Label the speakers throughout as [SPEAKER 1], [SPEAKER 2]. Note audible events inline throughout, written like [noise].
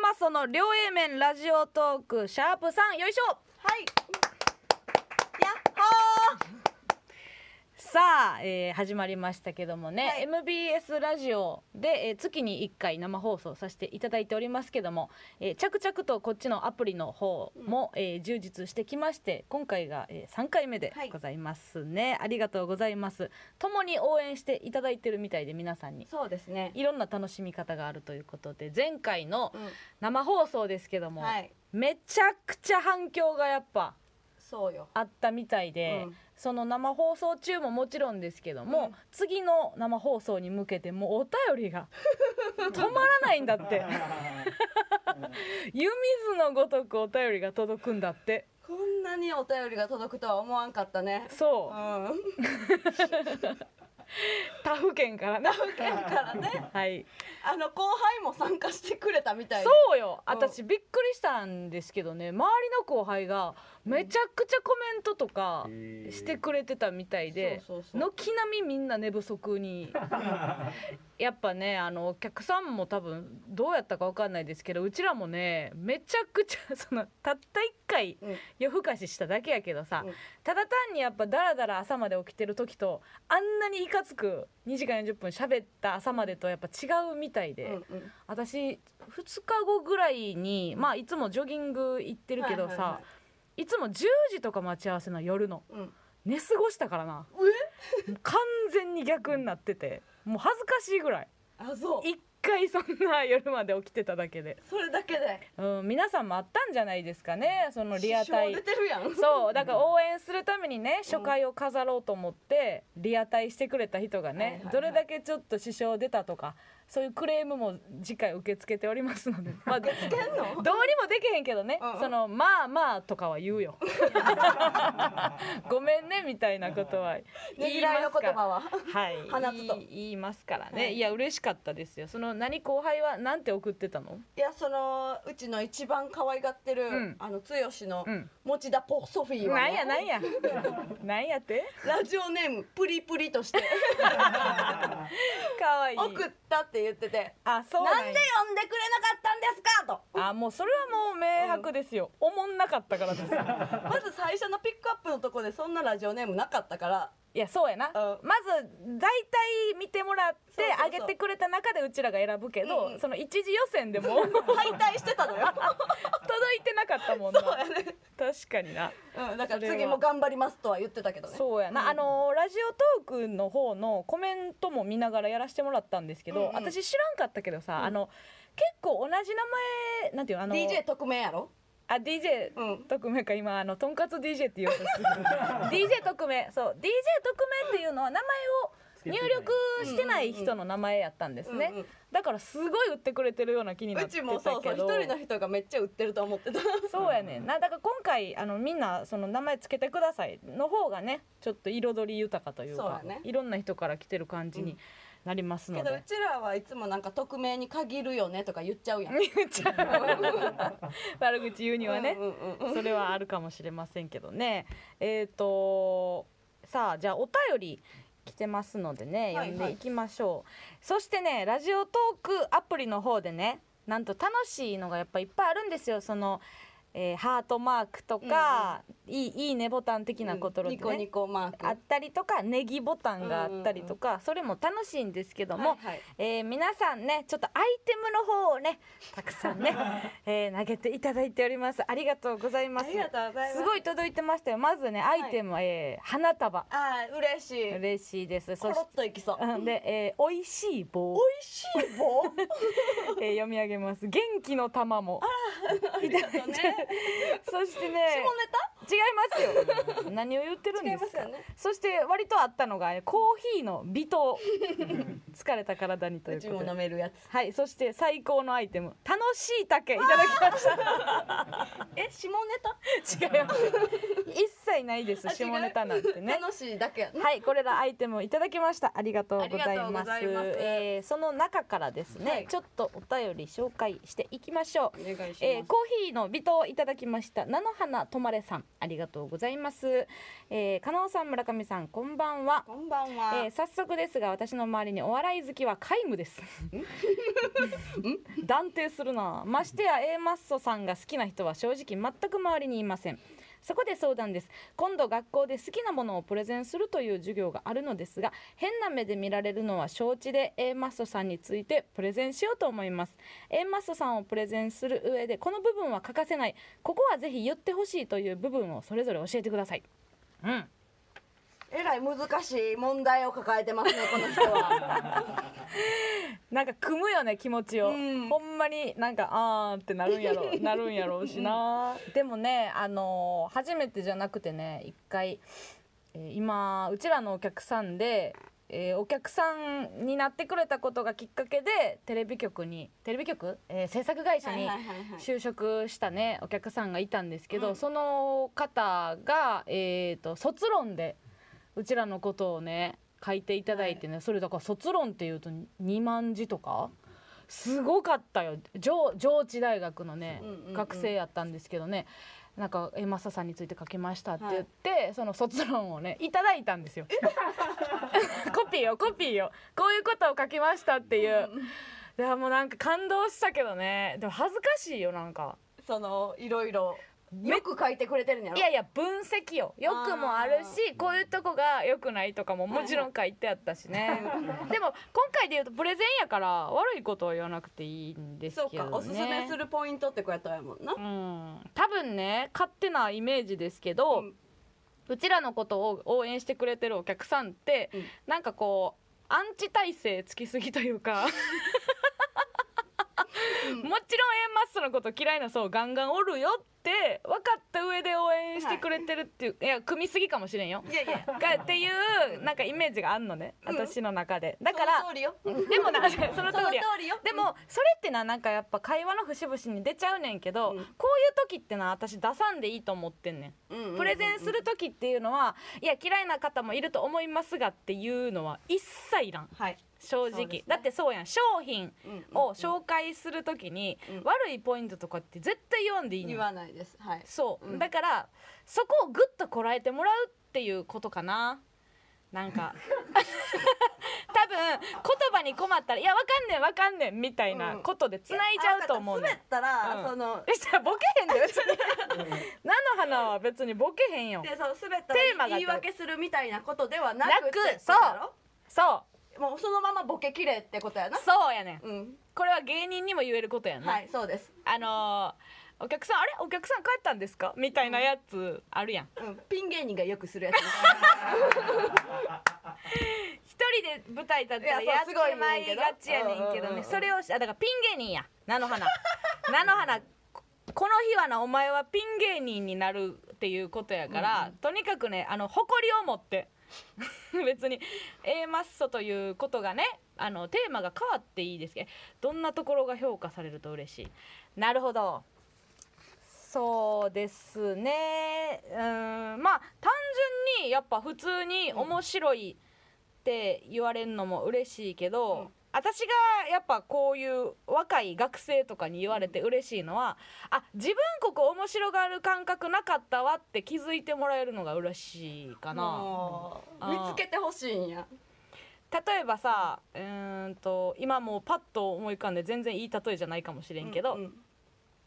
[SPEAKER 1] マソの両 A 面ラジオトークシャープさんよいしょ
[SPEAKER 2] はい。やっほー。
[SPEAKER 1] さあ、えー始まりましたけどもね、
[SPEAKER 2] はい
[SPEAKER 1] MBS ラジオで、えー月に1回生放送させていただいておりますけども、えー着々とこっちのアプリの方も、えー充実してきまして今回が、え3回目で
[SPEAKER 2] はい
[SPEAKER 1] ございますね、ありがとうございます共に応援していただいてるみたいで皆さんに
[SPEAKER 2] そうですね。
[SPEAKER 1] いろんな楽しみ方があるということで前回の
[SPEAKER 2] う
[SPEAKER 1] 生放送ですけども、
[SPEAKER 2] ん。はい。
[SPEAKER 1] めちゃくちゃ反響がやっぱ
[SPEAKER 2] そうよ。
[SPEAKER 1] あったみたいで、
[SPEAKER 2] うん
[SPEAKER 1] その生放送中ももちろんですけども、
[SPEAKER 2] うん
[SPEAKER 1] 次の生放送に向けてもうお便り
[SPEAKER 2] [laughs]
[SPEAKER 1] が止まらないんだって湯水のごとくお便りが届くんだって
[SPEAKER 2] こんなにお便りが届くとは思わんかったね。う
[SPEAKER 1] そう、
[SPEAKER 2] ん。
[SPEAKER 1] 他府県から
[SPEAKER 2] [laughs]
[SPEAKER 1] な
[SPEAKER 2] だか
[SPEAKER 1] [laughs]
[SPEAKER 2] らね、
[SPEAKER 1] はい
[SPEAKER 2] あの後輩も参加してくれたみたいで。
[SPEAKER 1] そうよ
[SPEAKER 2] うん
[SPEAKER 1] 私びっくりしたんですけどね周りの後輩がめちゃくちゃコメントとかしてくれてたみたいで
[SPEAKER 2] そうそうそう
[SPEAKER 1] 軒並みみんな寝不足
[SPEAKER 2] [laughs]
[SPEAKER 1] にやっぱねあのお客さんも多分どうやったか分かんないですけどうちらもねめちゃくちゃそのたった1回
[SPEAKER 2] うん。
[SPEAKER 1] 夜更かししただけやけどさ、
[SPEAKER 2] うん
[SPEAKER 1] ただ単にやっぱダラダラ朝まで起きてる時とあんなにいかつく2時間40分喋った朝までとやっぱ違うみたいで。
[SPEAKER 2] うんうん。
[SPEAKER 1] 私2日後ぐらいに、まあ、いつもジョギング行ってるけどさ、
[SPEAKER 2] はいいはいはい
[SPEAKER 1] つも10時とか待ち合わせの夜の
[SPEAKER 2] うん。
[SPEAKER 1] 寝過ごしたからなもう完全に逆になっててもう恥ずかしいぐらい
[SPEAKER 2] あ、そう。
[SPEAKER 1] 一回そんな夜まで起きてただけで、
[SPEAKER 2] それだけで。
[SPEAKER 1] うん、皆さんもあったんじゃないですかねそのリアタ
[SPEAKER 2] 支
[SPEAKER 1] イ
[SPEAKER 2] 障出て
[SPEAKER 1] [laughs]
[SPEAKER 2] るやん。
[SPEAKER 1] そうだから応援するためにね初回を飾ろうと思ってリアタイしてくれた人が
[SPEAKER 2] はいは
[SPEAKER 1] ね
[SPEAKER 2] いはい
[SPEAKER 1] どれだけちょっと支障出たとかそういうクレームも次回受け付けておりますので、
[SPEAKER 2] [laughs]
[SPEAKER 1] まあ、どうに
[SPEAKER 2] 出てんの。
[SPEAKER 1] もできへんけどね
[SPEAKER 2] うんうん
[SPEAKER 1] そのまあまあとかは言
[SPEAKER 2] [laughs]
[SPEAKER 1] うよごめんねみたいなことは
[SPEAKER 2] ね
[SPEAKER 1] 言
[SPEAKER 2] ぎ
[SPEAKER 1] い
[SPEAKER 2] らい
[SPEAKER 1] ま
[SPEAKER 2] の
[SPEAKER 1] すか
[SPEAKER 2] 言葉
[SPEAKER 1] ら。
[SPEAKER 2] は。
[SPEAKER 1] はい、
[SPEAKER 2] 放つと
[SPEAKER 1] 言い言いますからね、、
[SPEAKER 2] はいい
[SPEAKER 1] や嬉しかったですよその何後輩はなんて送ってたの
[SPEAKER 2] いやそのうちの一番可愛がってる、
[SPEAKER 1] うん
[SPEAKER 2] あの剛の
[SPEAKER 1] うん
[SPEAKER 2] 持田ポソフィーは、
[SPEAKER 1] なん
[SPEAKER 2] ね
[SPEAKER 1] やなんや
[SPEAKER 2] [laughs]
[SPEAKER 1] なんやって
[SPEAKER 2] ラジオネームプリプリとして
[SPEAKER 1] かわいい
[SPEAKER 2] 送ったって言ってて
[SPEAKER 1] あ
[SPEAKER 2] 「
[SPEAKER 1] そう
[SPEAKER 2] なん
[SPEAKER 1] や
[SPEAKER 2] で呼んでくれなかったんですか?」と。
[SPEAKER 1] あもうそれはもう明白ですよ、おもんなかったから
[SPEAKER 2] [laughs]
[SPEAKER 1] です
[SPEAKER 2] まず最初のピックアップのとこでそんなラジオネームなかった [laughs] から
[SPEAKER 1] いやそうやな、
[SPEAKER 2] う
[SPEAKER 1] まず大体見てもらって
[SPEAKER 2] そうそうそう
[SPEAKER 1] あげてくれた中でうちらが選ぶけど
[SPEAKER 2] うんうん
[SPEAKER 1] その一次予選で
[SPEAKER 2] [laughs]
[SPEAKER 1] も届
[SPEAKER 2] 敗退してたのよ、
[SPEAKER 1] いてなかったもんな
[SPEAKER 2] そうやね
[SPEAKER 1] 確かにな
[SPEAKER 2] [laughs] うん、だか
[SPEAKER 1] それ
[SPEAKER 2] ら
[SPEAKER 1] は
[SPEAKER 2] 次も頑張りますとは言ってたけどね
[SPEAKER 1] そうやな、あのーラジオトークの方のコメントも見ながらやらせてもらったんですけど、
[SPEAKER 2] うんうん
[SPEAKER 1] 私知らんかったけどさ、あの結構同じ名前なんていうのあの
[SPEAKER 2] DJ 特命やろ
[SPEAKER 1] あ DJ
[SPEAKER 2] うん
[SPEAKER 1] 特命か今あのとんかつ DJ って言おうと
[SPEAKER 2] [laughs]
[SPEAKER 1] してた DJ 特命そう DJ 特命っていうのは名前を入力してない人の名前やったんですね、
[SPEAKER 2] うんうんうん
[SPEAKER 1] だからすごい売ってくれてるような気にな
[SPEAKER 2] う
[SPEAKER 1] ってた
[SPEAKER 2] ち
[SPEAKER 1] けど
[SPEAKER 2] もそうそう一人の人がめっちゃ売ってると思ってた
[SPEAKER 1] そうやねんなだから今回あのみんなその名前つけてくださいの方がねちょっと彩り豊かというか
[SPEAKER 2] そうやね
[SPEAKER 1] いろんな人から来てる感じになります
[SPEAKER 2] け
[SPEAKER 1] の
[SPEAKER 2] どう
[SPEAKER 1] で。
[SPEAKER 2] ちらはいつもなんか匿名に限るよねとか言っちゃう
[SPEAKER 1] [laughs]
[SPEAKER 2] やん
[SPEAKER 1] 言っちゃう悪口言うにはね
[SPEAKER 2] うんうんうんう
[SPEAKER 1] [laughs]
[SPEAKER 2] ん
[SPEAKER 1] それはあるかもしれませんけどねえっ、とさあじゃあお便り来てますのでね
[SPEAKER 2] はい
[SPEAKER 1] 読んでいきましょう、そしてねラジオトークアプリの方でねなんと楽しいのがやっぱいっぱいあるんですよその、えーハートマークとか、いいいいねボタン的なことろって
[SPEAKER 2] ニコ
[SPEAKER 1] ね、
[SPEAKER 2] ニコマーク
[SPEAKER 1] あったりとかネギボタンがあったりとか、それも楽しいんですけども、
[SPEAKER 2] はいはい
[SPEAKER 1] えー皆さんねちょっとアイテムの方をねたくさん
[SPEAKER 2] [laughs]
[SPEAKER 1] ね、えー投げていただいておりますありがとうございます
[SPEAKER 2] ありがとうございます
[SPEAKER 1] すごい届いてましたよまずねアイテム、えー花束
[SPEAKER 2] あー嬉しい
[SPEAKER 1] 嬉しいです
[SPEAKER 2] コ
[SPEAKER 1] そし
[SPEAKER 2] ロッといきそう美
[SPEAKER 1] うんで、えー、美味しい棒、
[SPEAKER 2] 味し
[SPEAKER 1] [laughs]
[SPEAKER 2] い棒
[SPEAKER 1] えー読み上げます元気の玉も
[SPEAKER 2] あり [laughs] がとうね
[SPEAKER 1] そしてね
[SPEAKER 2] 下ネタ
[SPEAKER 1] 違いますよ何を言ってるんですか
[SPEAKER 2] 違いますよね
[SPEAKER 1] そして割とあったのがえーコーヒーの微糖疲れた体にといううこ
[SPEAKER 2] ち
[SPEAKER 1] と
[SPEAKER 2] も
[SPEAKER 1] で
[SPEAKER 2] 飲めるやつ
[SPEAKER 1] はい、そして最高のアイテム、楽しい竹いただきました。
[SPEAKER 2] え下ネタ
[SPEAKER 1] 違います。一切ないです。
[SPEAKER 2] あ
[SPEAKER 1] 下ネタなんてね。
[SPEAKER 2] 楽しいだけやな
[SPEAKER 1] はい、これらアイテムをいただきました。ありがとうございます。
[SPEAKER 2] ありがとうございます
[SPEAKER 1] えーその中からですね、
[SPEAKER 2] はい
[SPEAKER 1] ちょっとお便り紹介していきましょう。
[SPEAKER 2] お願いします、
[SPEAKER 1] えーコーヒーの微糖をいただきました菜の花とまれさんありがとうございます、えー、加納さん村上さんこんばんは
[SPEAKER 2] こんばんは、
[SPEAKER 1] えー早速ですが私の周りにお笑い好きは皆無です断定するなましてや A マッソさんが好きな人は正直全く周りにいませんそこで相談です今度学校で好きなものをプレゼンするという授業があるのですが変な目で見られるのは承知で A マッソさんについてプレゼンしようと思います A マッソさんをプレゼンする上でこの部分は欠かせないここはぜひ言ってほしいという部分をそれぞれ教えてくださいうん
[SPEAKER 2] えらい難しい問題を抱えてますねこの人は
[SPEAKER 1] [laughs] なんか組むよね気持ちを、
[SPEAKER 2] うん
[SPEAKER 1] ほんまになんかあーってなるんや
[SPEAKER 2] [laughs]
[SPEAKER 1] ろなるんやろうしな、でもねあのー初めてじゃなくてね一回、えー今うちらのお客さんで、えーお客さんになってくれたことがきっかけでテレビ局にテレビ局、えー制作会社に
[SPEAKER 2] いはい
[SPEAKER 1] 就職したねお客さんがいたんですけど、
[SPEAKER 2] うん
[SPEAKER 1] その方が、えー、と卒論でうちらのことをね書いていただいてね、それだから卒論っていうと2万字とかすごかったよ上上智大学のね、
[SPEAKER 2] うんうんうん
[SPEAKER 1] 学生やったんですけどねなんか「えマサさんについて書きました」って言って、その卒論をねいただいたんですよ。 [laughs] コピーをコピーをこういうことを書きましたっていう。いやもうなんか感動したけどねでも恥ずかしいよなんか
[SPEAKER 2] そのいろいろよく書いてくれてるんやろ
[SPEAKER 1] いやいや分析よよくもあるしこういうとこが良くないとかももちろん書いてあったしね [laughs] でも今回で言うとプレゼンやから悪いことは言わなくていいんです
[SPEAKER 2] そう
[SPEAKER 1] けど
[SPEAKER 2] か
[SPEAKER 1] ね
[SPEAKER 2] おすすめするポイントってこうやったらやもんな
[SPEAKER 1] う、ん多分ね勝手なイメージですけど、う
[SPEAKER 2] うん
[SPEAKER 1] ちらのことを応援してくれてるお客さんって、
[SPEAKER 2] うん
[SPEAKER 1] なんかこうアンチ体制つきすぎというか
[SPEAKER 2] うん
[SPEAKER 1] もちろん A マッソのこと嫌いな層ガンガンおるよって分かった上で応援してくれてるっていう、い、や組みすぎかもしれんよ
[SPEAKER 2] いやいや
[SPEAKER 1] がっていうなんかイメージがあんのね
[SPEAKER 2] うん
[SPEAKER 1] 私の中で、だから
[SPEAKER 2] その通りよ
[SPEAKER 1] でもな [laughs] その通
[SPEAKER 2] その
[SPEAKER 1] り
[SPEAKER 2] 通
[SPEAKER 1] や
[SPEAKER 2] りよ
[SPEAKER 1] でもそれってななんかやっぱ会話の節々に出ちゃうねんけど、
[SPEAKER 2] うん
[SPEAKER 1] こういう時ってな私出さんでいいと思ってんね
[SPEAKER 2] うんうんうんうんん
[SPEAKER 1] プレゼンする時っていうのは、いや嫌いな方もいると思いますがっていうのは一切いらん
[SPEAKER 2] はい
[SPEAKER 1] 正
[SPEAKER 2] そう
[SPEAKER 1] 直、
[SPEAKER 2] ですね
[SPEAKER 1] だってそうやん商品を紹介する時に、
[SPEAKER 2] うん
[SPEAKER 1] 悪いポイントとかって絶対言わんでいいね
[SPEAKER 2] 言
[SPEAKER 1] ん
[SPEAKER 2] わないですはい
[SPEAKER 1] そう、
[SPEAKER 2] うん
[SPEAKER 1] だからそこをグッとこらえてもらうっていうことかななんか多分言葉に困ったら「いやわかんねんわかんねん」みたいなことで繋いじゃうと思う
[SPEAKER 2] あわ
[SPEAKER 1] ね
[SPEAKER 2] か
[SPEAKER 1] ん
[SPEAKER 2] っ。た滑ったら、
[SPEAKER 1] うん
[SPEAKER 2] その
[SPEAKER 1] えじゃあボケへんで別
[SPEAKER 2] [laughs]
[SPEAKER 1] に菜の花は別にボケへんよ
[SPEAKER 2] でその滑った
[SPEAKER 1] テーマ
[SPEAKER 2] ら
[SPEAKER 1] が
[SPEAKER 2] 言い訳するみたいなことではなく
[SPEAKER 1] なく
[SPEAKER 2] ってことだろ
[SPEAKER 1] そう
[SPEAKER 2] もうそのままボケきれってことやな
[SPEAKER 1] そうやねん
[SPEAKER 2] うん
[SPEAKER 1] これは芸人にも言えることやんな、
[SPEAKER 2] はいそうです
[SPEAKER 1] あのーお客さんあれお客さん帰ったんですかみたいなやつあるやん
[SPEAKER 2] うんピン芸人がよくするやつ
[SPEAKER 1] 一人で舞台立ったら
[SPEAKER 2] い
[SPEAKER 1] や
[SPEAKER 2] や
[SPEAKER 1] っ
[SPEAKER 2] そう
[SPEAKER 1] て
[SPEAKER 2] すごい
[SPEAKER 1] まいがちやねん
[SPEAKER 2] うん
[SPEAKER 1] け
[SPEAKER 2] うん
[SPEAKER 1] ど
[SPEAKER 2] うんう
[SPEAKER 1] ね
[SPEAKER 2] ん
[SPEAKER 1] それをしあだからピン芸人や菜の花 [laughs] 菜の花ここの日はなお前はピン芸人になるっていうことやから、とにかくねあの誇りを持って [laughs] 別に A マッソということがねあのテーマが変わっていいですけどどんなところが評価されると嬉しいなるほどそうですねうーんまあ単純にやっぱ普通に面白いって言われるのも嬉しいけど、
[SPEAKER 2] うん
[SPEAKER 1] 私がやっぱこういう若い学生とかに言われて嬉しいのは、あ自分ここ面白がる感覚なかったわって気づいてもらえるのが嬉しいかな。
[SPEAKER 2] もう
[SPEAKER 1] あー
[SPEAKER 2] 見つけてほしいんや
[SPEAKER 1] 例えばさうーんと今もうパッと思い浮かんで全然いい例えじゃないかもしれんけど、
[SPEAKER 2] うん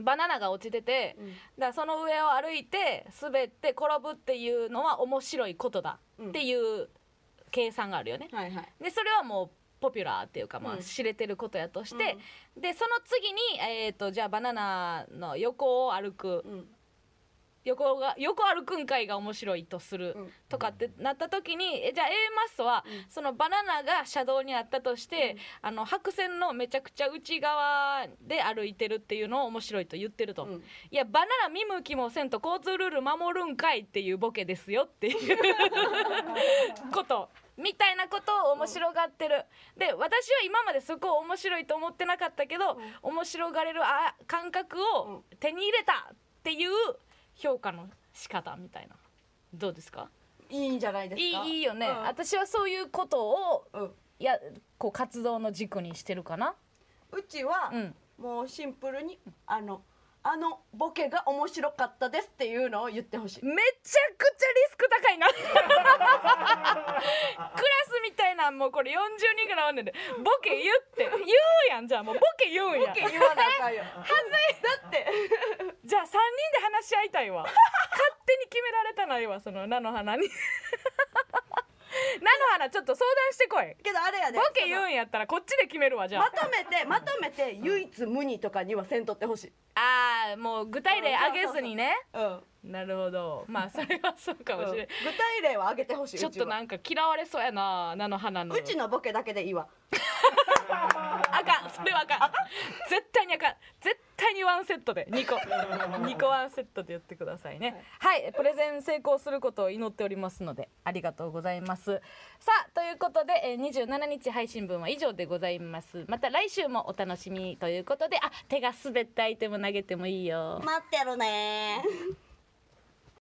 [SPEAKER 1] バナナが落ちてて、
[SPEAKER 2] うん
[SPEAKER 1] だからその上を歩いて滑って転ぶっていうのは面白いことだ
[SPEAKER 2] うん
[SPEAKER 1] っていう計算があるよね。
[SPEAKER 2] はいはい
[SPEAKER 1] でそれはもうポピュラーっていうか、まあ、
[SPEAKER 2] うん
[SPEAKER 1] 知れてることやとして、でその次に、えー、とじゃあバナナの横を歩く
[SPEAKER 2] うんうん
[SPEAKER 1] 横が横歩くんかいが面白いとする、
[SPEAKER 2] うん
[SPEAKER 1] とかってなった時にえじゃあ A マッソは、
[SPEAKER 2] うん
[SPEAKER 1] そのバナナが車道にあったとして、あの白線のめちゃくちゃ内側で歩いてるっていうのを面白いと言ってると、
[SPEAKER 2] うん
[SPEAKER 1] いやバナナ見向きもせんと交通ルール守るんかいっていうボケですよっていう
[SPEAKER 2] [laughs]
[SPEAKER 1] ことみたいなことを面白がってる、で私は今までそこを面白いと思ってなかったけど、面白がれるあ感覚を手に入れたっていう評価の仕方みたいなどうですか
[SPEAKER 2] いいんじゃないです
[SPEAKER 1] い
[SPEAKER 2] か
[SPEAKER 1] いいいよね、
[SPEAKER 2] うん
[SPEAKER 1] 私はそういうことを
[SPEAKER 2] うん
[SPEAKER 1] いやこう活動の軸にしてるかな
[SPEAKER 2] うちは
[SPEAKER 1] うん
[SPEAKER 2] もうシンプルにあのあのボケが面白かったですっていうのを言ってほしい
[SPEAKER 1] めちゃくちゃリスク高いな [laughs] クラスみたいなんもうこれ40人ぐらいおんねんでボケ言って言うやんじゃあもうボケ言うんや
[SPEAKER 2] 言わなあかん
[SPEAKER 1] [laughs]
[SPEAKER 2] よ
[SPEAKER 1] じゃあ3人で話し合いたいわ勝手に決められたないわその菜の花 [laughs] に菜の花ちょっと相談してこい
[SPEAKER 2] けどあれやで
[SPEAKER 1] ボケ言うんやったらこっちで決めるわじゃ
[SPEAKER 2] ま
[SPEAKER 1] あ
[SPEAKER 2] とめてまとめて唯一無二とかにはせんとってほしい
[SPEAKER 1] あーもう具体例あげずにね
[SPEAKER 2] うん
[SPEAKER 1] なるほどまあそれはそうか
[SPEAKER 2] 具
[SPEAKER 1] もしれない、
[SPEAKER 2] 体例は上げてほしい
[SPEAKER 1] ちょっと
[SPEAKER 2] な
[SPEAKER 1] なんか嫌われそうやな菜の花の
[SPEAKER 2] うちのボケだけでいいわ
[SPEAKER 1] あかんそれはあかん絶対にあかん絶対にワンセットで2個2個ワンセットでやってくださいねはいプレゼン成功することを祈っておりますのでありがとうございますさあということでえー27日配信分は以上でございますまた来週もお楽しみということであ手が滑ったアイテム投げてもいいよ
[SPEAKER 2] 待ってるね